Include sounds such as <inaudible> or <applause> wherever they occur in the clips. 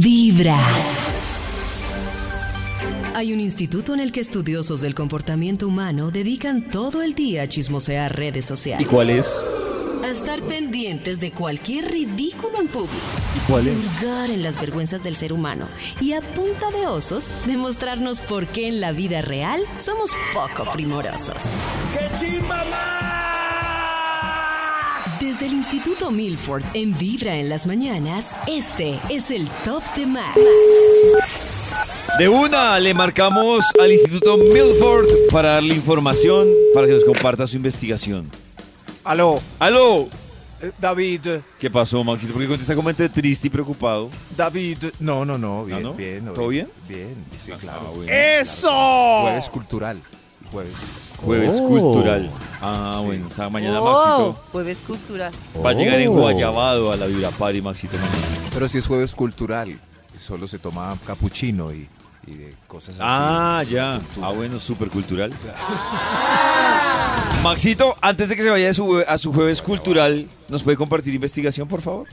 Vibra. Hay un instituto en el que estudiosos del comportamiento humano dedican todo el día a chismosear redes ¿Y sociales. cuál es? A estar pendientes de cualquier ridículo en público. ¿Y cuál es? Hurgar en las vergüenzas del ser humano. Y a punta de osos, demostrarnos por qué en la vida real somos poco primorosos. Desde el Instituto Milford, en Vibra en las mañanas, este es el Top de Max. De una le marcamos al Instituto Milford para darle información para que nos comparta su investigación. Aló, ¡Aló! eh, David, ¿Qué pasó, Maxito? Porque contesta como entre triste y preocupado. David. No, no, no, bien, no? bien. no, ¿Todo Ah, Bien, sí, claro. Eh, ¡Eso! Jueves cultural. Jueves. Jueves cultural. Ah, bueno. O sea, mañana, Maxito, Jueves cultural. va a llegar en Guayabado a la Vibra Party, Maxito. mañana. Pero si es jueves cultural, solo se toma capuchino y, y de cosas así. Ah, ya. Ah, bueno, súper cultural. Ah. Maxito, antes de que se vaya a su, a su jueves cultural, ¿nos puede compartir investigación, por favor?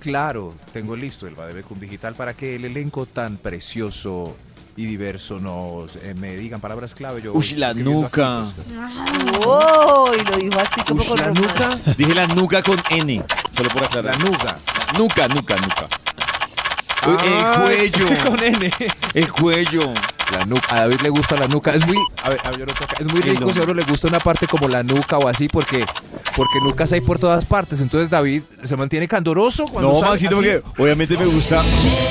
Claro, tengo listo el Bademecum Digital para que el elenco tan precioso y diverso nos eh, me digan palabras clave. Yo voy Ush, la escribiendo aquí, nuca. pues, ¡Wow! Y lo dijo así como Ush, con la romance. nuca. Dije la nuca con N. Solo por La aclarar. nuca. Nuca, nuca, nuca. Ay, el cuello. Ah, <laughs> Con N. El cuello. La nuca. A David le gusta la nuca. Es muy, a ver, a ver, yo no puedo acá. es muy El rico si a uno le gusta una parte como la nuca o así, porque, porque nucas hay por todas partes. Entonces David se mantiene candoroso cuando No, sale Maxito, así. porque obviamente me gusta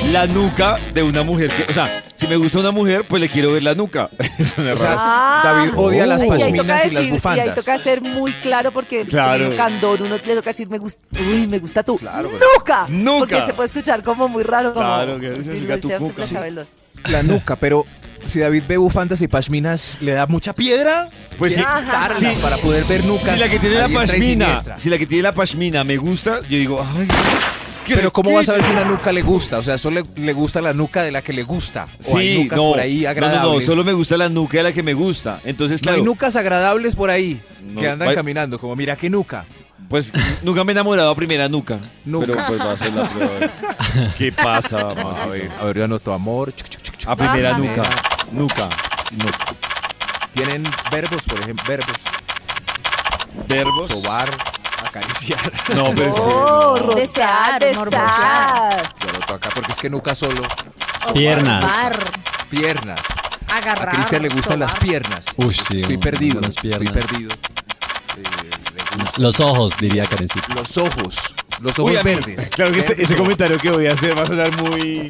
la nuca de una mujer. que- o sea, si me gusta una mujer, pues le quiero ver la nuca. <laughs> Suena O sea, raro. Ah. David odia las Y ahí toca pasminas y, las decir- Y ahí bufandas. toca ser muy claro porque Claro. el candor uno le toca decir me gusta, uy, me gusta tú. Claro, pues. pero- ¡Nuca! ¡Nuca! Porque se puede escuchar como muy raro. Como, Claro, que sí, se lo diga tu decía cuca. Oscar Sí. Chabelo. La nuca, pero si David ve bufandas y pasminas, ¿le da mucha piedra? Pues sí. Quiere quitarlas Sí. para poder ver nucas. Si la que tiene a la diestra y pashmina, siniestra. si la que tiene la pashmina me gusta, yo digo, ay. qué Pero ¿cómo vas a ver si rico. una nuca le gusta? O sea, solo le, le gusta la nuca de la que le gusta. O hay Sí, nucas no, por ahí no, agradables. no, no, solo me gusta la nuca de la que me gusta. Entonces, No claro, hay nucas agradables por ahí No, que andan hay- caminando, como mira qué nuca. pues nunca me he enamorado a primera nuca. Nuca. Pero pues va a ser la <laughs> prueba. ¿Qué pasa, A ver, Maxito? a ver, yo anoto amor. chuc, chuc, chuc, chuc. A primera Ajá. nuca. Nuca. Nuca. Tienen verbos, por ejemplo, verbos. Verbos. Sobar, acariciar. No, pero es que ¡Oh! no. Rozar, Besar, besar. Yo anoto acá porque es que nuca solo. Piernas. Piernas. agarrar. A Crisia le gustan las piernas. Uy, sí, Estoy un- perdido. las piernas. Estoy perdido. Eh, le gustan Los ojos, diría Karencita. los ojos. Los ojos Uy, a mí- verdes. <laughs> Claro que este- ese comentario que voy a hacer va a sonar muy.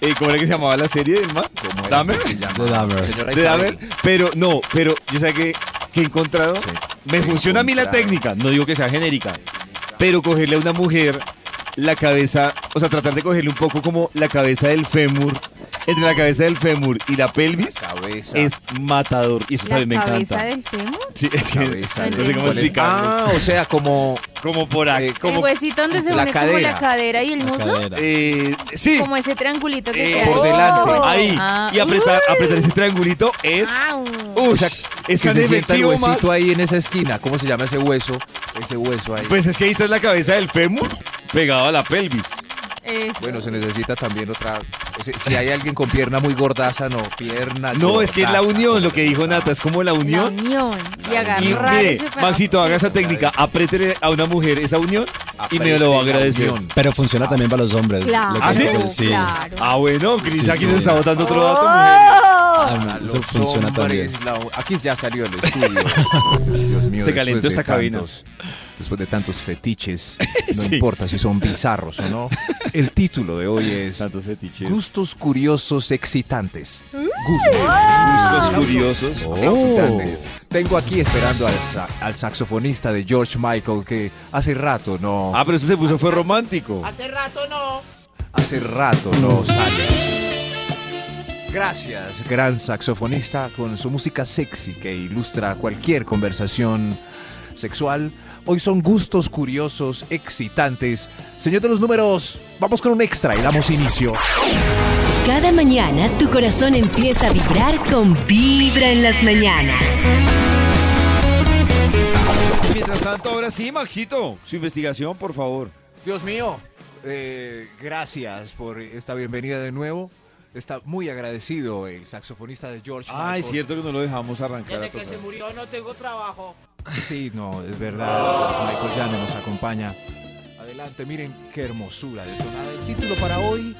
eh, ¿Cómo era que se llamaba la serie del mar? Como era Dahmer. que se llama. De Dahmer. Señora De Isabel. Dahmer. Pero no, pero yo sé que, que he encontrado. Sí. Me He funciona a mí la encontrado. técnica. No digo que sea genérica. Pero cogerle a una mujer la cabeza. O sea, tratar de cogerle un poco como la cabeza del fémur. Entre la cabeza del fémur y la pelvis. Cabeza. Es matador. Y eso La también me cabeza encanta. del fémur. Sí, es que. Cabeza no del sé cómo fémur. explicarlo. Ah, o sea, como Como por ahí. Eh, Como. el huesito donde se la une como cadera. la cadera y el La muslo. cadera. eh, sí. Como ese triangulito que Eh, queda por ahí. delante. Ahí. Ah. y Uh. apretar, apretar ese triangulito es. Au. Uy, O sea, es que tan se sienta el efectivo, huesito Max. ahí en esa esquina. ¿Cómo se llama ese hueso? Ese hueso ahí. Pues es que ahí está la cabeza del fémur pegado a la pelvis. Eso. bueno, se necesita también otra. o sea, si hay alguien con pierna muy gordaza, no, pierna. Ah, No, es que es la gordaza, unión, como lo que le dijo gusta. Nata, es como la La unión. unión. Y Y agarrar mire, ese pedazo. Maxito, haga esa técnica, apriétele a una mujer esa unión y me lo va a Apriete la agradecer. unión. Pero funciona también para los hombres. Claro. lo que ¿Ah, sí? digo, sí. Claro. Ah, bueno, Cris Sí, aquí sí. nos está botando otro dato. Oh. Ah, A Eso los funciona hombres, también. la- aquí ya salió el estudio. <laughs> Dios mío. Se después calentó de esta cabina. tantos- Después de <laughs> tantos fetiches, no Sí. importa si son bizarros o no. El título de hoy es Santos fetiches. Gustos curiosos excitantes. Gustos. Gustos curiosos. Oh. excitantes. Tengo aquí esperando al, sa- al saxofonista de George Michael que hace rato no. Ah, pero eso se puso fue romántico. Hace rato no sales. Gracias, gran saxofonista, con su música sexy que ilustra cualquier conversación sexual. Hoy son gustos curiosos, excitantes. Señor de los números, vamos con un extra y damos inicio. Cada mañana tu corazón empieza a vibrar con Vibra en las mañanas. Mientras tanto, ahora sí, Maxito, su investigación, por favor. Dios mío, eh, gracias por esta bienvenida de nuevo. Está muy agradecido el saxofonista de George. Ay, Michael. cierto que no lo dejamos arrancar. a Desde que tocar. se murió no tengo trabajo. Sí, no, es verdad. George Michael ya no nos acompaña. Adelante, miren qué hermosura de tonada. El título para hoy,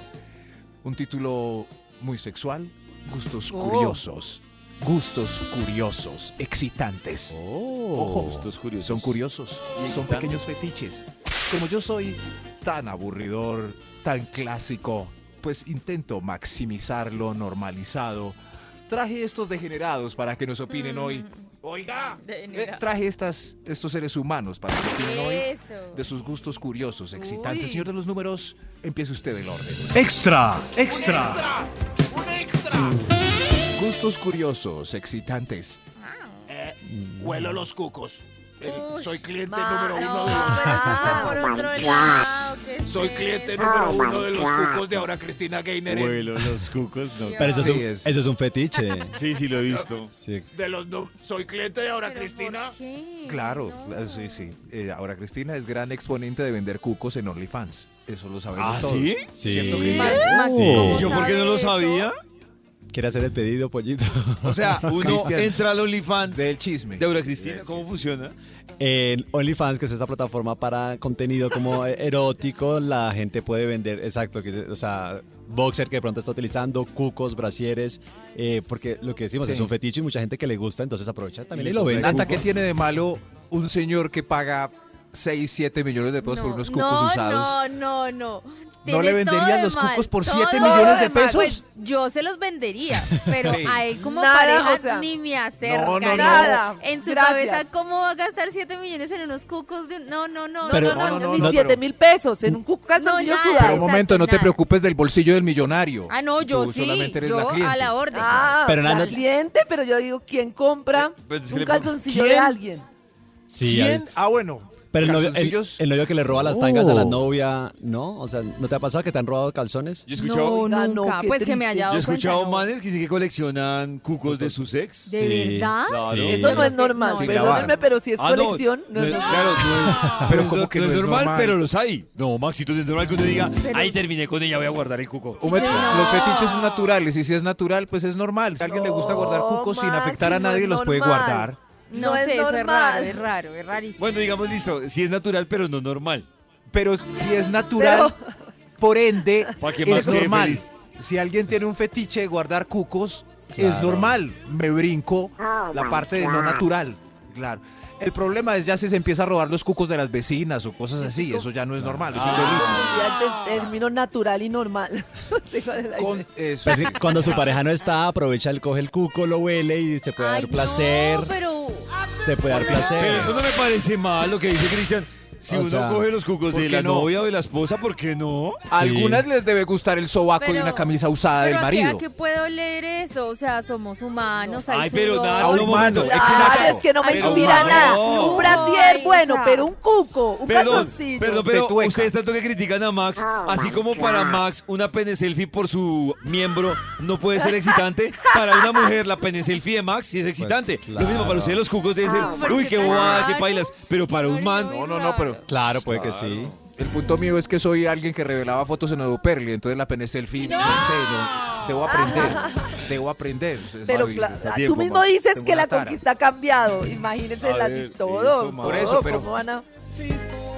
un título muy sexual, gustos Oh. curiosos. Gustos curiosos, excitantes. Oh, Ojo. estos curiosos. Son curiosos, Y son excitantes. pequeños fetiches. Como yo soy tan aburridor, tan clásico, pues intento maximizar lo normalizado. Traje estos degenerados para que nos opinen Mm. hoy. Oiga, Eh, traje estas, estos seres humanos para que opinen hoy Eso. de sus gustos curiosos, excitantes. Uy. Señor de los números, empiece usted el orden. Extra, un extra. extra, un extra. Gustos curiosos, excitantes. Eh, huelo los cucos. El- Uy, soy cliente ma- número No, uno de los. <laughs> pero eso fue por otro lado. ¿qué es Soy cliente eso? número uno de los cucos de ahora Cristina Gainer. eh, Vuelo, los cucos, no. Dios. Pero eso es, Sí, un, es- eso es un fetiche. Sí, sí, lo he visto. Sí. De los nu- soy cliente de ahora ¿Pero Cristina. por qué? Claro, No. claro, sí, sí. Eh, ahora Cristina es gran exponente de vender cucos en OnlyFans. Eso lo sabemos ¿Ah, todos. sí? Sí. ¿Cierto que sí. sí? Max, ¿cómo ¿Y yo por qué no lo sabía? ¿Quiere hacer el pedido, pollito? O sea, uno Cristian. entra al OnlyFans de Del chisme. Eura Cristina. ¿Cómo funciona? <laughs> En OnlyFans, que es esta plataforma para contenido como erótico, la gente puede vender, exacto, que, o sea, boxer que de pronto está utilizando, cucos, brasieres, eh, porque lo que decimos Sí. es un fetiche y mucha gente que le gusta, entonces aprovecha también Y y, le lo compra vende. Nata, ¿qué tiene de malo un señor que paga 6, 7 millones de pesos Pues, por unos cucos no, usados? No, no, no. ¿No le Tiene venderían todo de los mal, cucos por todo 7 de millones de mal. pesos? Pues yo se <laughs> los vendería, pero Sí. a él como Nada, pareja o sea, ni me acerca. no, no. Nada, En su gracias. cabeza, ¿cómo va a gastar 7 millones en unos cucos? De... un- No, no, no. no, Pero- no, no, no, Ni no, siete pero- mil pesos en un cuco calzoncillo No, nada. sudado. Pero un momento, no te nada. preocupes del bolsillo del millonario. Ah, no, yo Tú sí. solamente eres yo la cliente. a la orden. Ah, Pero Nando- la cliente, pero yo digo, ¿quién compra Eh, pues, pero es que un le- calzoncillo de ¿Quién? alguien? Sí, ¿Quién? Ah, bueno. Pero el novio, el, calzoncillos. el novio que le roba las tangas a la Oh. novia, ¿no? O sea, ¿no te ha pasado que te han robado calzones? Yo he escuchado, No, Oiga, nunca. no, qué pues que me haya triste. dado yo he escuchado cuenta, no. manes que sí que coleccionan cucos de sus ex. ¿De Sí, verdad? Claro. Eh, sí. Eso no es Sí, normal, sí, perdónenme, claro. Pues pero si es Ah, no, colección, no, no es normal. Claro, no es- Pero no es como no- que no es normal, pero pero los hay. No, Maxito, es normal que uno diga, Pero- ahí terminé con ella, voy a guardar el cuco. Un met- No. Los fetiches son naturales y si es natural, pues es normal. Si a alguien le gusta guardar No, cucos sin Maxi, afectar a no nadie, es los puede Oh, normal. guardar. No, No es sé, eso es normal. raro, es raro, es rarísimo. Bueno, digamos, listo, sí es natural, pero no normal. Pero si es natural, por ende, Pa' que más es quede normal. feliz. Si alguien tiene un fetiche de guardar cucos, es Claro. normal. Me brinco la parte de no natural. Claro. El problema es ya si se empieza a robar los cucos de las vecinas o cosas así. Eso ya Ah. no es normal, es un delito. Ya te- término natural y normal. <laughs> No sé cuál es la idea. Con- es- Pues sí, cuando su pareja no está, aprovecha, él coge el cuco, lo huele y se puede Ay, dar placer. No, pero. Se puede dar placer. Pero eso no me parece mal lo que dice Cristian. Si O uno sea, coge los cucos ¿por de qué la no? novia o de la esposa, ¿por qué no? Sí. A algunas les debe gustar el sobaco y Pero- una camisa usada del pero ¿a qué- marido. ¿A qué puedo leer eso? O sea, somos humanos. Ay, hay pero sudor. nada, un humano, momento. Claro, exacto. es que no me Pero inspira humano. nada. No. Un brasier, Ay, bueno, o sea. pero un cuco, un Perdón, calzoncillo. perdón, pero Tetueca. ustedes tanto que critican a Max, Ah, así como para Max una pene selfie por su miembro no puede ser excitante, para una mujer la pene selfie de Max sí es excitante. Lo mismo para claro. ustedes los cucos deben ser, Ah, ¿por uy, qué qué tan bobada, qué raro? pailas, pero para un man, Muy No, no, no, pero raro. Claro, puede que sí. El punto mío es que soy alguien que revelaba fotos en Nuevo Perli, entonces la pene selfie, no, sé, no, debo aprender, debo aprender. Es- Pero Ay, cla- ah, está tú tiempo, mismo Max, dices tengo que una la tara. conquista ha cambiado. Imagínense A las ver, todo. eso, Max. todo, Por eso, pero- ¿cómo van a-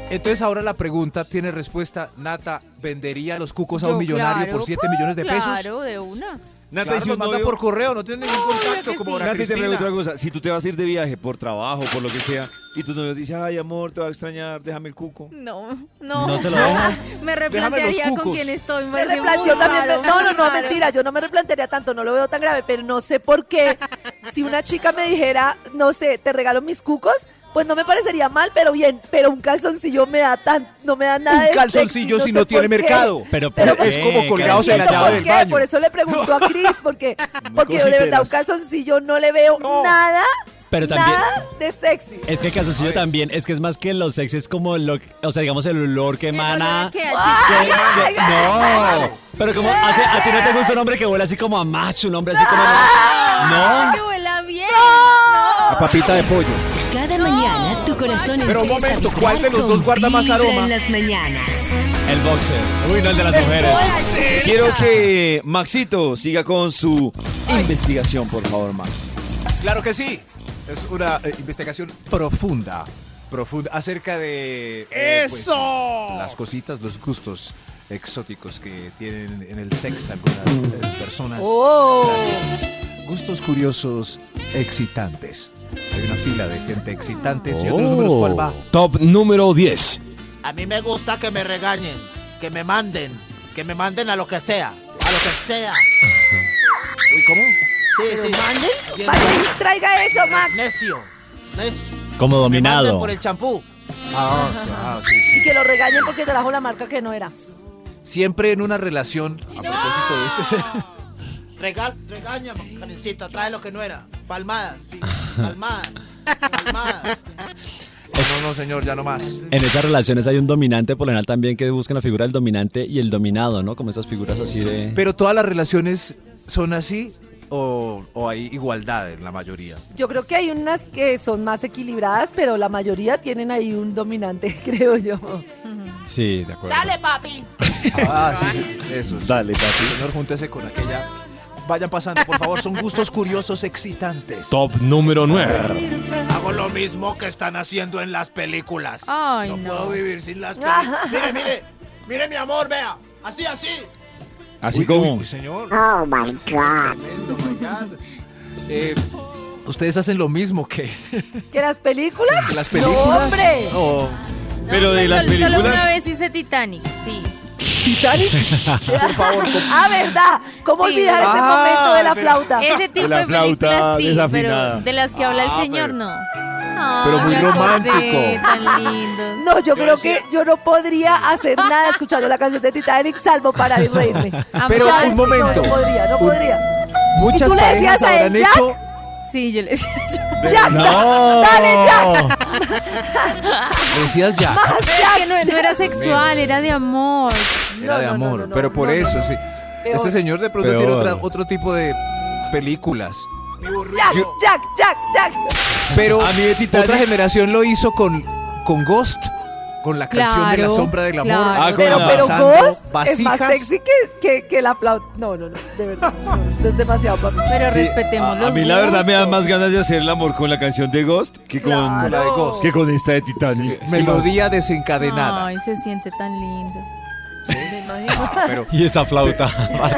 Entonces ahora la pregunta tiene respuesta, Nata, ¿vendería los cucos a un Yo, millonario claro, por 7 pues, millones de pesos? Claro, de una. Nata, Claro, y si los un manda novio- por correo, no tiene ningún contacto que como sí. ahora Nati, te Cristina. pregunto una cosa, si tú te vas a ir de viaje por trabajo, por lo que sea, y tu novio te dice, ay amor, te va a extrañar, déjame el cuco. No, no. No se lo dejas. Me Déjame replantearía los con cucos. quién estoy. Me parece muy replanteó también. raro, me- No, no, muy no, raro. mentira. Yo no me replantearía tanto, no lo veo tan grave, pero no sé por qué. Si una chica me dijera, no sé, te regalo mis cucos, pues no me parecería mal, pero bien. Pero un calzoncillo me da tan, no me da nada de Un sexy, calzoncillo si no sé tiene por qué. mercado. Pero, Pero ¿por es qué, pues como No colgados en la entiendo llave Karencita? por del qué, baño. por eso le <laughs> pregunto a Cris, porque, porque de verdad cositeras. un calzoncillo no le veo No. nada, Pero también. nada de sexy. Es que el calzoncillo también, es que es más que los sex, es como lo, o sea, digamos el olor que El olor emana. a que a chicha. Que- que- no, pero como hace- a ti no te gusta un hombre que huele así como a macho, un hombre así como Ay, Ah. a- que no, huela bien. A papita de pollo. Cada mañana tu corazón Pero un empieza a momento, vibrar ¿cuál de los con dos guarda más Vibra aroma? en las mañanas. El boxer. Uy, no, el de las mujeres. Quiero que Maxito siga con su investigación, por favor, Max. Claro que sí. Es una eh, investigación profunda. Profunda acerca de. eh, pues, ¡Eso! las cositas, los gustos exóticos que tienen en el sexo algunas eh, personas. ¡Oh! Gracias. Gustos curiosos excitantes. Hay una fila de gente excitantes y otros números cuál va. Oh, Oh. Top número 10. A mí me gusta que me regañen, que me manden, que me manden a lo que sea, a lo que sea. Uy, ¿cómo? Sí, sí. ¿Manden? Bien. Vaya, traiga eso, Max. Necio, necio. Como Me manden dominado. por el champú. Ah, sí, ah, sí, sí. Y que lo regañen porque trajo la marca que no era. Siempre en una relación, a propósito de este Rega regáñame, Karencita, trae lo que no era. Palmadas, palmadas, palmadas. No, no, señor, ya no más. En esas relaciones hay un dominante por lo general también que buscan la figura del dominante y el dominado, ¿no? Como esas figuras así de. Pero todas las relaciones son así o, o hay igualdad en la mayoría. Yo creo que hay unas que son más equilibradas, pero la mayoría tienen ahí un dominante, <laughs> creo yo. Sí, de acuerdo. Dale, papi. Ah, sí, sí, eso. sí. Dale, papi. Señor, júntese con aquella. Vayan pasando, por favor, son gustos curiosos excitantes. Top número 9. <laughs> Hago lo mismo que están haciendo en las películas. Ay, no, no. puedo vivir sin las películas. mire, mire, mire, mi amor, vea. Así, así. Así Uy, como. uy, señor. Oh my God. Eh, Ustedes hacen lo mismo que ¿Que las <laughs> películas? las películas. No, hombre. O- No, Pero de pues, las sol- Solo una películas. vez hice Titanic, sí. Titanic. Por favor. Ah, verdad. ¿Cómo Sí. olvidar ese Ah, momento de la pero- flauta? Ese tipo la de flauta películas sí, desafinada. pero de las que habla Ah, el señor pero- no. Ay, pero muy me acordé, romántico. Tan lindos. No, yo creo que yo no podría hacer nada escuchando la canción de Titanic salvo para reírme. Amo- Pero ¿sabes? ¿Sabes? un momento. No, no podría, no Un- podría. Muchas tú le parejas decías a él, habrán Jack? hecho. Sí, yo <laughs> les Jack, ¡No! dale, Jack. <laughs> le Decías ya. Más Es Jack. que no, no era sexual, era de amor. Era No, de no, no, amor. no, no, pero por no, no. eso, sí. Peor. Este señor de pronto tiene Peor. otra- otro tipo de películas. Mi burrito. Jack, Jack, Jack, Jack. Pero A mí de Titanic- otra generación lo hizo con, con Ghost, con la canción de la Claro, sombra del amor. claro. Ah, con Pero, la- pero Pasando Ghost es vasijas. más sexy que, que, que la flauta. No, no, no, de verdad. no, esto es demasiado para mí. Pero Sí, respetemos a, los a mí la verdad me da gustos. más ganas de hacer el amor con la canción de Ghost que con, Claro. la de Ghost. que con esta de Titanic. Melodía desencadenada. Ay, se siente tan lindo. Me imagino. <laughs> Pero, Y <laughs> esa flauta.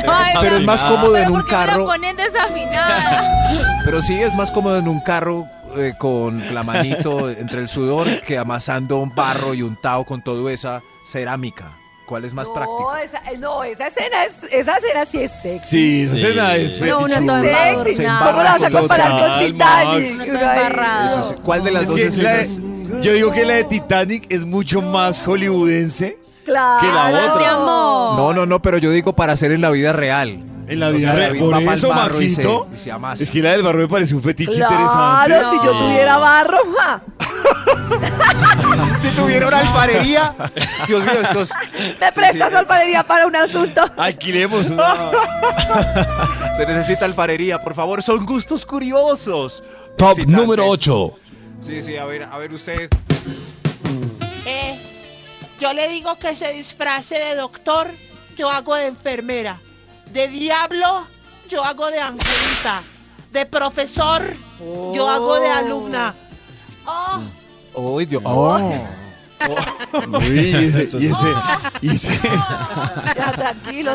Ay, pero es más cómodo en ¿Pero un por qué me carro. la <laughs> ponen desafinada? Pero sí es más cómodo en un carro eh, con la manito <laughs> entre el sudor que amasando un barro y untado con toda esa cerámica. ¿Cuál es más práctico? No, esa, eh, no, esa escena, es, esa escena sí es sexy. Sí, esa Sí. escena es No, uno fetichuda. todo embarrado. Sexy. Se ¿Cómo la vas a embarra comparar con total, Max. Titanic? Uno todo Uno ahí. embarrado. Eso sí. ¿Cuál de las Es dos que la de- escenas? yo digo que la de Titanic es mucho más hollywoodense Claro. Que la Ay, otra. de amor. No, no, no, pero yo digo para hacer en la vida real. en la O vida sea, real. David va Por pa'l eso, barro y se- Maxito, y se amasa. es que la del barro me parece un fetiche Claro, interesante. si yo tuviera barro, ja. Si tuviera una alfarería. <laughs> Dios mío, estos. <laughs> me prestas alfarería para un asunto. Alquilemos una... Se necesita alfarería, por favor. Son gustos curiosos. Top Excitantes. número 8. Sí, sí, a ver, a ver usted. Eh, yo le digo que se disfrace de doctor, yo hago de enfermera. De diablo, yo hago de angelita. De profesor, yo hago de alumna. Oh, Uy, Dios. Oh. Oh. Uy, y ese, y ese, y ese- Ya, tranquilo, tranquilo.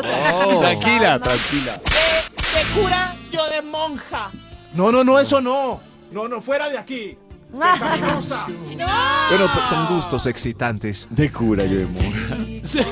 Oh. Tranquila, tranquila. de, de cura, yo de monja. No, no, no, eso no. No, no, fuera de aquí. Ah, Bueno, pues son gustos excitantes. De cura, yo de monja.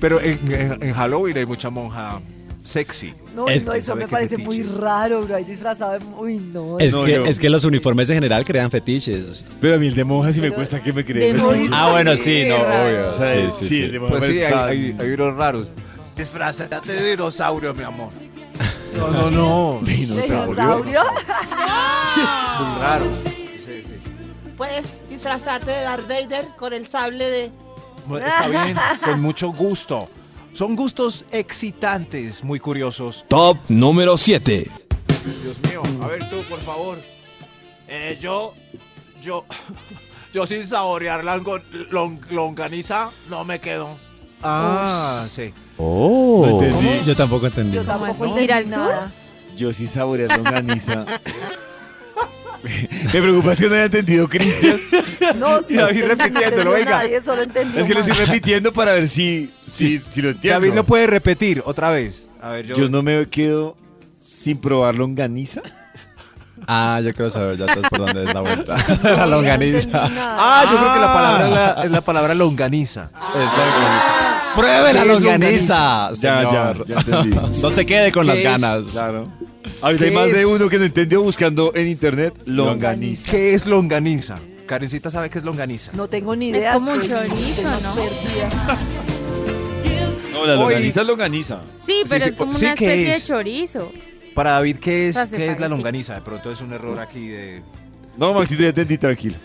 Pero en, en- en Halloween hay mucha monja sexy. No, Es- no, eso ¿sabe me qué parece fetiche? muy raro, bro. Ahí disfrazado. de- Uy, no. Es, No, que, yo- es que los uniformes en general crean fetiches. Pero a mí el de monja sí me Pero- cuesta que me de cree. monja. Ah, bueno, sí, no, Sí, obvio. O sea, Sí, sí, sí, el sí. de monja Pues Ah, sí, me hay, está- hay, hay unos raros. Disfrazate de dinosaurio, mi amor. No, <laughs> no, no. ¿Dinosaurio? Muy raro. Sí, sí. Puedes disfrazarte de Darth Vader con el sable de... Bueno, Está bien, con mucho gusto. Son gustos excitantes, muy curiosos. Top número 7. Dios mío, a ver tú, por favor. Eh, yo, <laughs> yo, Yo sin saborear la longo- lon- longaniza no me quedo. Ah, sí. No Oh. entendí, Yo tampoco entendí. Yo ¿Cómo tampoco así? ¿Ir al entendí sur? nada. Yo sí saborear longaniza. <laughs> Me preocupa es que no haya entendido, Cristian. No, sí, Y David entendí, no repitiéndolo, entendió venga. Nadie solo entendió. Es que lo estoy mal. repitiendo para ver si, si, si lo entiendo. David no puede repetir otra vez. A ver, yo. Yo no me quedo sin probar longaniza. Ah, yo quiero saber, ya sabes por dónde es la vuelta. <laughs> <laughs> <laughs> la longaniza. entendí nada. Ah, yo creo que la palabra es Ah. la, es la palabra longaniza. Ah, ¡Pruebe la ¿Qué es longaniza! Ya, ya, señor! ya entendí. <laughs> No se quede con ¿Qué las es? ganas. Claro. Ahorita hay ¿Qué más de es? uno que no entendió buscando en internet longaniza. ¿Qué es longaniza? Karencita sabe qué es longaniza. No tengo ni idea. Es como un estoy- chorizo, estoy ¿no? perdida. No, la Hoy- longaniza es longaniza. Sí, pero sí, es como sí, una ¿qué especie es? de chorizo. Para David, ¿qué es, O sea, se qué es la parece. longaniza? De pronto es un error aquí de. No, Maxito, ya entendí, tranquilo.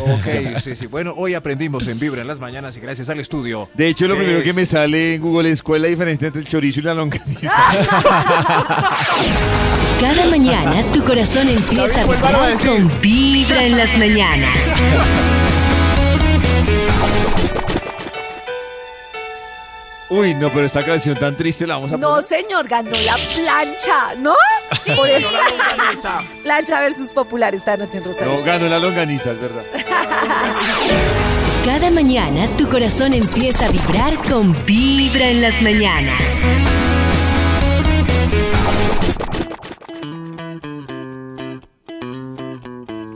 Ok, <laughs> sí, sí. Bueno, hoy aprendimos en Vibra en las mañanas y gracias al estudio. De hecho, lo ¿Qué primero es? que me sale en Google es cuál es la diferencia entre el chorizo y la longaniza. <laughs> Cada <laughs> mañana tu corazón empieza a vibrar con Vibra en las mañanas. Uy, no, pero esta canción tan triste la vamos a No, poner. señor, ganó la plancha, ¿no? Por eso, <laughs> plancha versus popular esta noche en Rosario. No, ganó la longaniza, es verdad. Cada mañana tu corazón empieza a vibrar con Vibra en las mañanas.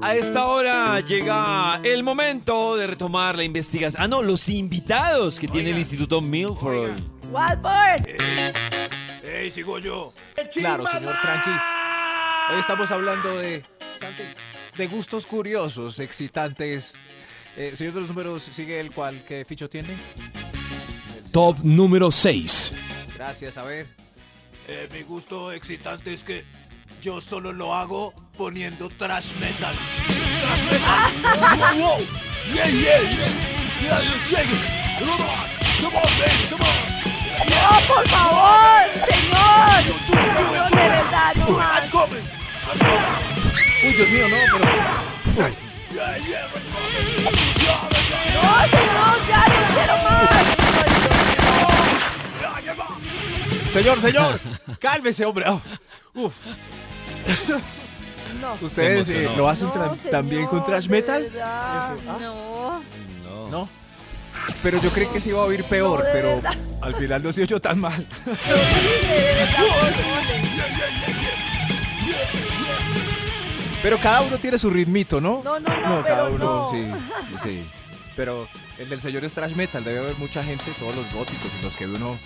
A esta hora llega el momento de retomar la investigación. Ah, no, los invitados que tiene el Instituto Milford. Watford. ¡Ey, sigo yo! Claro, señor Tranqui. Hoy estamos hablando de, de gustos curiosos, excitantes. Eh, señor de los números, sigue el cual, ¿qué ficho tiene? Top número 6. Gracias, a ver. Eh, mi gusto excitante es que yo solo lo hago poniendo trash metal. ¡Trash metal! ¡Wow, wow! ¡Yeah, yeah! ¡Yeah, you shake it! ¡Come on! ¡Come on, baby! ¡Come on! ¡No, por favor, ¡You señor! do it, do it, No, de do it! verdad, no Do it, más. I'm coming! I'm coming! Uy, Dios mío, no, pero. ¡Yeah, yeah! but- No, señor, ya no quiero más. ¡Yeah, yeah, yeah! Señor, señor, cálmese, hombre. Ah, uf. <laughs> No. ¿Ustedes eh, lo hacen tra- No, señor, también con trash de metal? Ah. verdad. No. No. Pero yo creí que se iba a oír peor, No, de pero verdad. al final no se oyó tan mal. Pero cada uno tiene su ritmito, ¿no? No, no, no, cada pero uno, no. sí, sí. Pero el del señor es trash metal, debe haber mucha gente, todos los góticos en los que uno...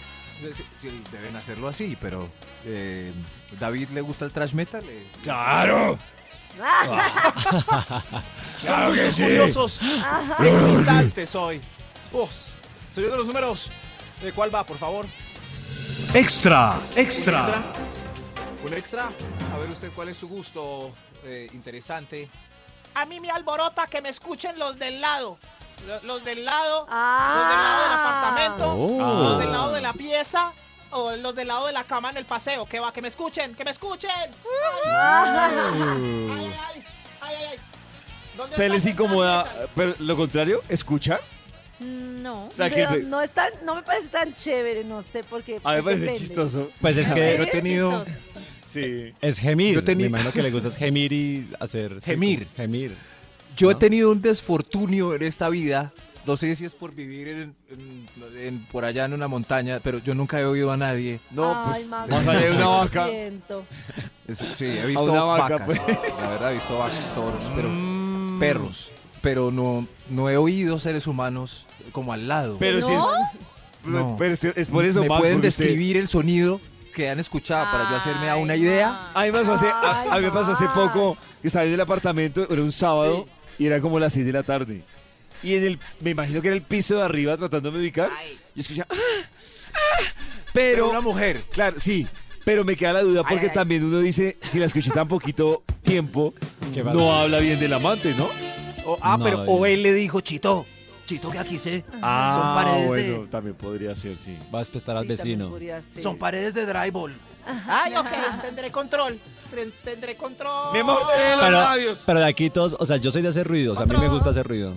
sí, sí, deben hacerlo así, pero... eh, ¿David le gusta el trash metal? Eh, ¡Claro! Ah, Ah, ¡Claro que sí! curiosos! Ah, ¡Excitantes hoy! Uf, Señor de los números, eh, ¿cuál va, por favor? Extra, extra. ¿Un extra? A ver usted, ¿cuál es su gusto eh, interesante? A mí me alborota que me escuchen los del lado. Lo- Los del lado, los del lado del Ah. apartamento, Oh. los del lado de la pieza o los del lado de la cama en el paseo. Que va, que me escuchen, que me escuchen. Ah. Ay, ay, ay, ay, ay. ¿Dónde ¿Se están les los incomoda trash metal? eh, pero lo contrario? ¿Escucha? mm, No. O sea, que- Pero no, es tan- no me parece tan chévere, no sé por qué. a mí me pues, parece depende. chistoso. Pues es que Es tenido- chistoso. Sí. es gemir. Ah, Yo tenía- Me imagino que le gusta es gemir y hacer. sí, Gemir. como gemir. Yo he tenido un desfortunio en esta vida. No sé si es por vivir en, en- en- por allá en una montaña, pero yo nunca he oído a nadie. Ay, pues, pues, mami, más allá de una lo vaca. siento. Es- sí, he visto una vaca, vacas. pues. La verdad, he visto vacas, toros, pero perros. Pero no, no he oído seres humanos como al lado. Pero sí. ¿No? No. pero sí, es por eso, Me Max, pueden porque usted- describir el sonido que han escuchado para yo hacerme a una idea. A mí me pasó hace, a, a mí me pasó hace Ay, poco que estaba en el apartamento, era un sábado y era como las 6 de la tarde. Y en el, me imagino que era el piso de arriba tratándome de ubicar. Yo escuchaba. "Ah, ah", Pero pero, una mujer. claro, sí. Pero me queda la duda porque también uno dice, si la escuché tan poquito tiempo, ¿Qué pasa? no habla bien del amante, ¿no? O- ah, No, pero David. o él le dijo, Chito, Chito que aquí sé. son paredes Ah, bueno, de, también podría ser, sí. Va a despertar al Sí, también vecino. podría ser. son paredes de drywall. Ay, ok, tendré control. tren- tendré control. Me morderé los Pero, labios. pero de aquí todos, o sea, yo soy de hacer ruidos, a mí me gusta hacer ruido.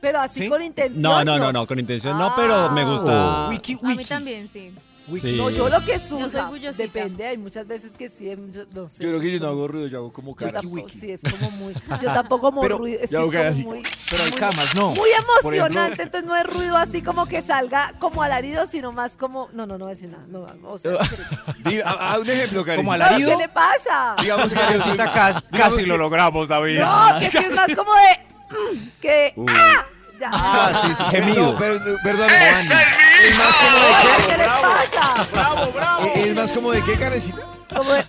Pero así ¿Sí? con intención. No, no, no, no, con intención no, pero me gusta. Wiki, A mí wiki. también, sí. Sí. No, yo lo que soy surja, bullosita. depende, hay muchas veces que sí, em, yo no sé. Yo creo que yo no hago ruido, yo hago como Yo cara. tampoco, sí, es <laughs> como muy, yo tampoco como Pero- ruido, es que yo es hago como así. muy, Pero hay muy- camas, no. muy Por ejemplo, emocionante, entonces no es ruido así como que salga como alarido, sino más como, no, no, no voy a decir nada, no, <laughs> o sea, <laughs> Di- a- a un ejemplo, Karen. Como Pero, alarido. ¿qué le pasa? <laughs> Digamos que yo soy- Karencita, cas- casi, digamos que- lo logramos, David. No, que sí es más como de, mm, que, ah, ya. Ah, sí, sí, gemido. No, pero- perdón, es más como de qué. ¿Qué le pasa? ¡Bravo, bravo! ¿Es es más como de qué, Karencita? Como de,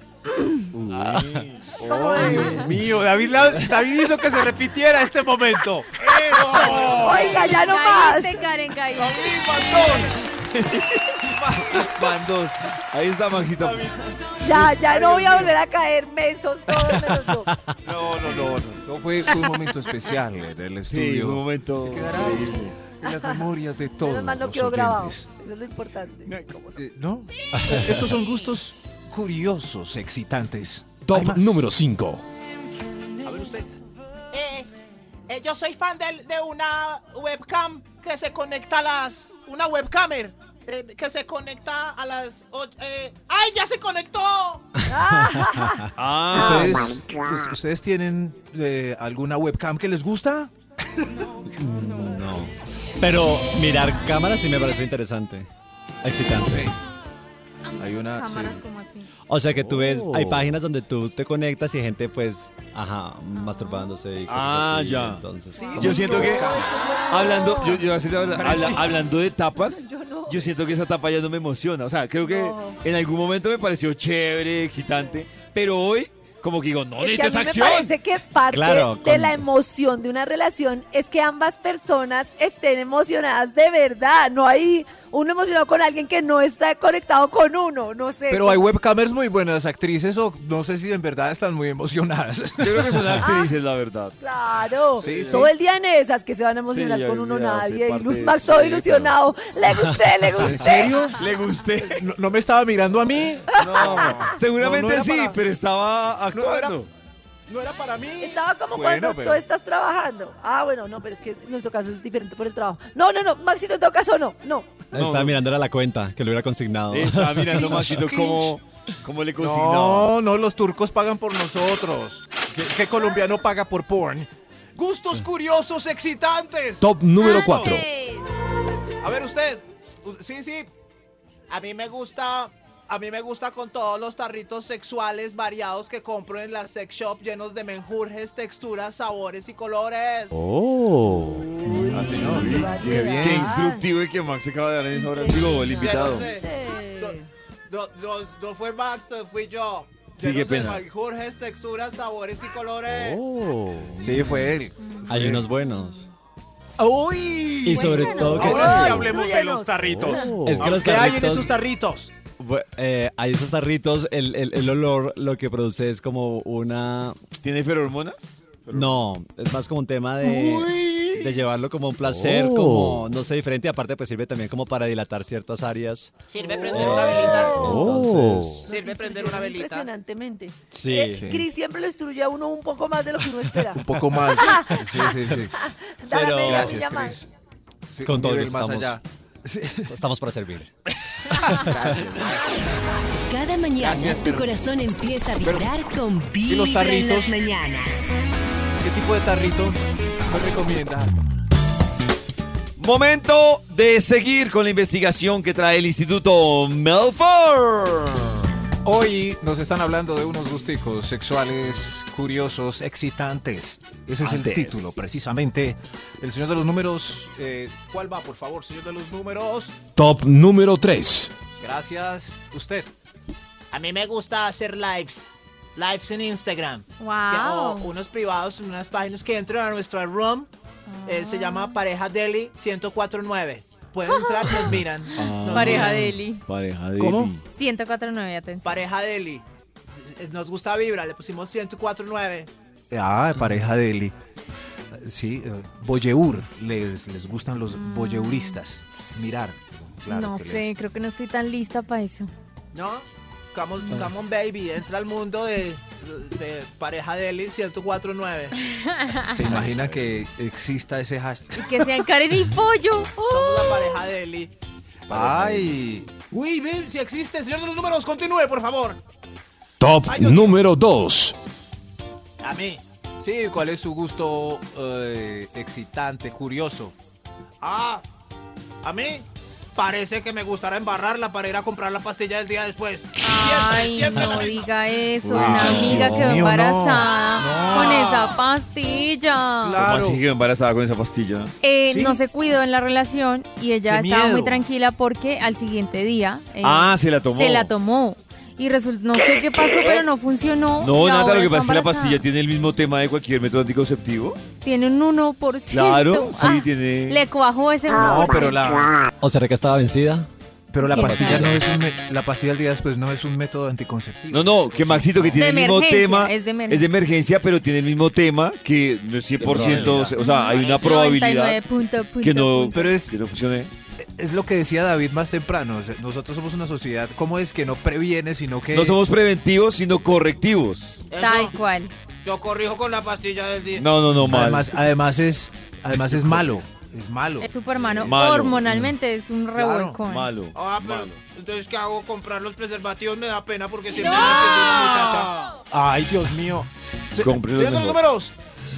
Oh, Dios mío, David, la- David hizo que se repitiera este momento. oiga, Ah, ya no más. Caíste, este Karen, caíste. Van dos. Ahí está, Maxito. Ya, ya no voy a volver a caer mensos todos menos yo. No, no, no. no. No, fue, fue un momento especial eh, del Sí, estudio. un momento. quedará increíble. en las memorias de todos Menos mal no los quedó grabado. oyentes. Eso es lo importante. Eh, ¿No? Estos son gustos curiosos, excitantes. Hay Top más. número 5. Eh, eh, yo soy fan del- de, una webcam que se conecta a las. Una webcamer eh, que se conecta a las. och- eh, ¡Ay, ya se conectó! Ah, ¿Ustedes, us- ¿ustedes tienen eh, alguna webcam que les gusta? No. Pero mirar cámaras sí me parece interesante. Excitante. Hay una. sí. Cámaras como así. O sea que tú ves, Oh. hay páginas donde tú te conectas y hay gente pues, ajá, masturbándose y cosas Ah, así, ya. Entonces, Sí, como- Yo siento que hablando, yo, yo voy a decir la verdad, habla- hablando de tapas, Yo no. yo siento que esa tapa ya no me emociona. O sea, creo que No. en algún momento me pareció chévere, excitante, pero hoy como que digo, no Es que a necesitas mí me acción. parece que parte Claro, de con- la emoción de una relación es que ambas personas estén emocionadas de verdad. No hay uno emocionado con alguien que no está conectado con uno. No sé. Pero hay webcamers muy buenas, actrices, o no sé si en verdad están muy emocionadas. <laughs> Yo creo que son actrices, la verdad. Claro, Sí, sí. todo el día en esas que se van a emocionar Sí, con ya, uno ya, hace nadie. Y parte Luz de- Max todo sí, ilusionado. Le gusté, le gusté. Le gusté. No, no me estaba mirando a mí. No. Seguramente No, no era sí, para- pero estaba actuando. No era para mí. Estaba como Bueno, cuando pero- tú estás trabajando. Ah, bueno, no, pero es que en nuestro caso es diferente por el trabajo. No, no, no, Maxito, en todo caso no, no. estaba mirándole a la cuenta que lo hubiera consignado. <laughs> Estaba mirando Maxito Cringe. cómo, cómo le cocinaba. Ah, No, no, los turcos pagan por nosotros. ¿Qué, qué colombiano paga por porn? Gustos curiosos, excitantes. Top Ah, número 4. Antes. A ver usted. U- Sí, sí. A mí me gusta. A mí me gusta con todos los tarritos sexuales variados que compro en la sex shop llenos de menjurjes, texturas, sabores y colores. Qué, qué instructivo y que Max acaba de dar en esa hora. Digo, el invitado. Llenos de- so- no, no- no fue Max, no fui yo. Sí, Llenos qué de pena. menjurjes, texturas, sabores y colores. Sí, fue él. Hay unos buenos. ¡Uy! Y sobre Cuéntanos. todo que... Ahora sí habla- tarritos. Es que los ¿Qué hay en carritos- esos tarritos? Bu- eh, hay esos tarritos, el, el- el olor lo que produce es como una... ¿Tiene ferormonas? No, es más como un tema de, de llevarlo como un placer, como, no sé, diferente. Aparte, pues sirve también como para dilatar ciertas áreas. Eh, Sirve prender Oh. una velita. Entonces, Sirve prender una velita. Impresionantemente. sí. Eh, Cris siempre lo instruye a uno un poco más de lo que uno <laughs> espera. Un poco más. Sí, sí, sí. Dale Pero- media Gracias, milla más. Chris. Sí, Con un todo nivel lo más estamos. allá. Sí. Estamos para servir. Cada mañana Gracias, tu pero- corazón empieza a vibrar con vibra en tarritos? las mañanas. ¿Qué tipo de tarrito me recomienda? Momento de seguir con la investigación que trae el Instituto Melford. Hoy nos están hablando de unos gusticos sexuales curiosos, excitantes. Ese es el título, precisamente. El señor de los números. eh, ¿Cuál va, por favor, señor de los números? Top número 3. Gracias. Usted. A mí me gusta hacer lives. Lives en Instagram. Que- o Wow. unos privados, unas páginas que entran a nuestra room. eh, Ah. se llama Pareja Deli 1049. Pueden entrar, <laughs> nos miran. Nos Pareja miran. Deli. Pareja de ¿Cómo? 1049, atención. Pareja Deli. Es- Nos gusta Vibra, le pusimos 1049. Ah, pareja de Eli. Sí, eh, voyeur. Les, les gustan los voyeuristas. Mirar. Claro Mm. no que sé, les- creo que no estoy tan lista para eso. ¿No? Come on, come on, baby, entra al mundo de, de pareja de Eli 1049. <laughs> ¿Se imagina que exista ese hashtag? Y que sean Karen y Pollo. Somos la pareja de Eli. <laughs> ¡Ay! Uy, Bill, si existe, señor de los números, continúe, por favor. Top número 2. A mí. Sí, ¿cuál es su gusto eh, excitante, curioso? Ah, a mí parece que me gustará embarrarla para ir a comprar la pastilla del día después. Ay, no diga eso. Una Wow. amiga Dios quedó mío, no. embarazada No. con esa pastilla. ¿Cómo así que embarazada con esa pastilla? Eh, Sí. No se cuidó en la relación y ella Qué estaba muy miedo. tranquila porque al siguiente día eh, Ah, se la tomó. se la tomó. Y resultó, no sé qué pasó, pero no funcionó. No, y nada, ahora lo que pasa es está que la embarazada. pastilla tiene el mismo tema de cualquier método anticonceptivo. Tiene un 1%. Claro, sí, Ah, tiene- Le cuajó ese No, 1%. pero la, ¿O será que estaba vencida? pero la ¿Quién pastilla no sabe? es un me- la pastilla del día después no es un método anticonceptivo. No, no, que Maxito que tiene De el mismo emergencia, tema. es de emergencia. emergencia, pero tiene el mismo tema que no es 100%. O sea, hay una probabilidad 99 punto, punto, que no, punto. pero es, que no funcione. Es lo que decía David más temprano. o sea, Nosotros somos una sociedad, ¿cómo es que no previene, sino que No somos preventivos, sino correctivos. Tal cual. Yo corrijo con la pastilla del día. No, no, no, mal. además, además es además es malo, es malo. Es supermano. Malo. Hormonalmente es un Claro, revolcón. malo. Ah, pero malo. entonces, ¿qué hago? Comprar los preservativos me da pena porque siempre me atiende una muchacha. Ay, Dios mío. Compren Señor de los los números, mejores.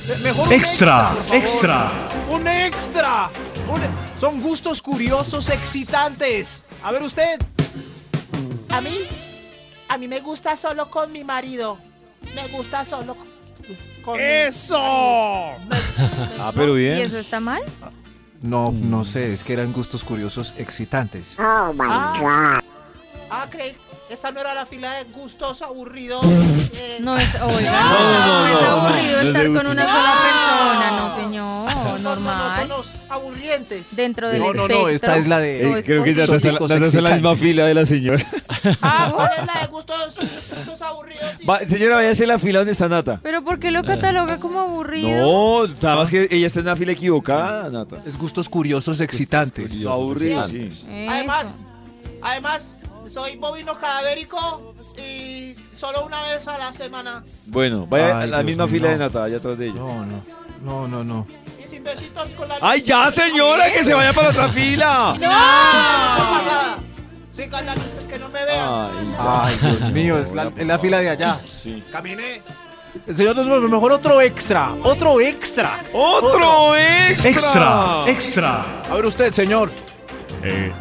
eh, mejor un Extra, por favor. extra. Un extra. Un- e-, Son gustos curiosos, excitantes. A ver usted. A mí, a mí me gusta solo con mi marido. Me gusta solo con, con mi- ¡Eso! Ah, pero ¿Y bien. eso está mal? No, no sé, es que eran gustos curiosos excitantes. Ah, ah, creí. Esta no era la fila de gustos aburridos. eh, No es, oiga, No, no, no, es no, no, aburrido no es de estar con gustos. una sola persona, no señor, gustos normal. monótonos, aburrientes. Dentro del No, no, espectro. no, esta es la de- todo Eh, creo que ya posible. estás en la- estás en la misma excitantes. fila de la señora. Ah, ¿cuál es la de gustos, gustos aburridos? <laughs> y- Va, señora, váyase a la fila donde está Nata. Pero ¿por qué lo cataloga como aburrido? No, nada más que ella está en la fila equivocada, Nata. Es gustos curiosos excitantes. curiosos. Dios, Aburrido, sí. excitantes. Eso. Además, además, soy bovino cadavérico y solo una vez a la semana. Bueno, vaya a Ay, la Dios misma mío, fila no. de Nata, allá atrás de ella. No, no, no, no, no. Y sin besitos con la ¡Ay, ya, señora! ¡Que se vaya para la <laughs> otra fila! apagada. Sí, con la luz que no me vean. Ay, Ay, Dios mío, es la, por es la fila de allá. Sí. Camine. Señor, no, no, mejor otro extra, otro extra. ¡Otro eh! extra! extra. A ver usted, señor. Eh,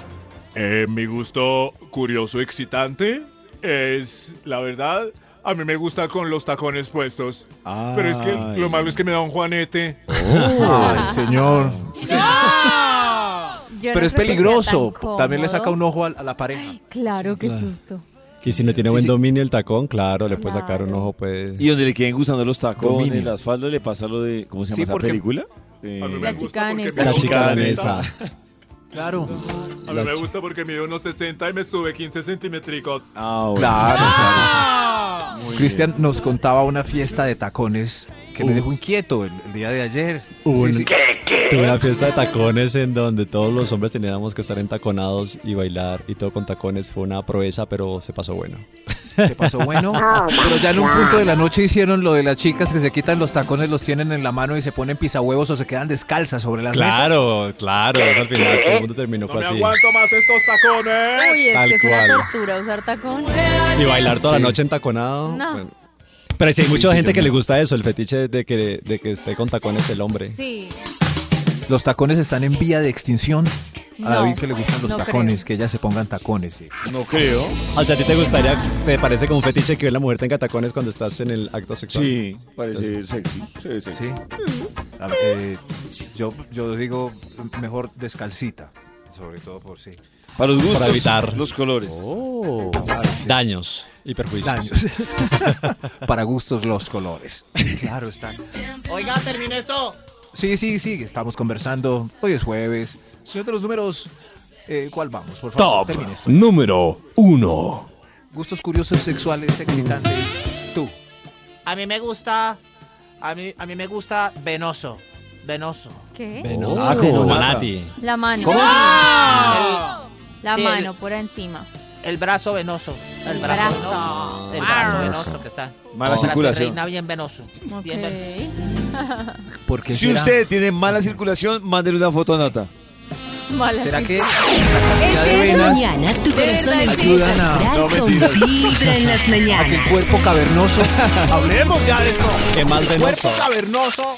eh, mi gusto curioso, excitante, es, la verdad, a mí me gusta con los tacones puestos. Pero es que lo malo es que me da un juanete. Ay, señor. Yo Pero es no creo que sea peligroso. tan cómodo. También le saca un ojo a, a la pareja. Claro, qué susto. Y si no tiene Sí, buen sí. dominio el tacón, claro, le puede sacar un Claro. ojo, pues. Y donde le queden gustando los tacones, Dominio. las faldas, le pasa lo de... ¿Cómo se llama Sí, esa porque- película? Eh, A mí me La gusta chica porque danesa. me La dio chica unos danesa. 60. Claro. A mí me gusta porque mide unos 60 y me sube 15 centimétricos. Ah, bueno. Claro, Ah. Cristian nos contaba una fiesta de tacones que me dejó inquieto el, el día de ayer. Un- Tuve una fiesta de tacones en donde todos los hombres teníamos que estar entaconados y bailar y todo con tacones. Fue una proeza, pero se pasó bueno. Se pasó <laughs> bueno. Pero ya en un punto de la noche hicieron lo de las chicas que se quitan los tacones, los tienen en la mano y se ponen pisahuevos o se quedan descalzas sobre las mesas. Claro, claro. eso al final todo el mundo terminó No fue me así. aguanto más estos tacones. Uy, es Tal que es una cual. tortura usar tacón. Y bailar toda Sí. la noche entaconado. No. bueno. Pero sí hay mucha sí, gente yo que no. le gusta eso, el fetiche de que, de que esté con tacones el hombre. Sí. Los tacones están en vía de extinción. A No, David que le gustan los no tacones, que ellas se pongan tacones. sí. No creo. O sea, ¿a ti te gustaría, me parece como un fetiche que la mujer tenga tacones cuando estás en el acto sexual? Sí, parece sexy. Se ve sexy. Sí. A ver, eh, yo, yo digo mejor descalcita, sobre todo por sí. Para los gustos, evitar. los colores. Oh. Daños y perjuicios. Daños. <laughs> Para gustos los colores. Claro, está. Oiga, termine esto. Sí, sí, sí, estamos conversando. Hoy es jueves. Señor de los números, eh, ¿cuál vamos? Por favor, Top termine esto. número 1. Gustos curiosos sexuales excitantes. Tú. A mí me gusta, a mí, a mí me gusta venoso, venoso. ¿Qué? Venoso. Ah, como Eh, Como mata. Nati. La mano. ¿Cómo? La ¡Ah! Sí, el- mano por encima. El brazo venoso. El Brazo. brazo, venoso. El brazo Arr. venoso que está. Ah. Mala El brazo de circulación. Reina bien venoso. Bien venoso. Porque si usted tiene mala circulación, mándele una foto a Nata. Mala ¿Será que ¿Es de eso? venas Mañana tu De corazón verdad, empieza sí. a vibrar No, con mentiras. vibra en las <laughs> a que el mañanas. cuerpo cavernoso Hablemos ya de esto. ¿Qué más Cuerpo venoso? cavernoso.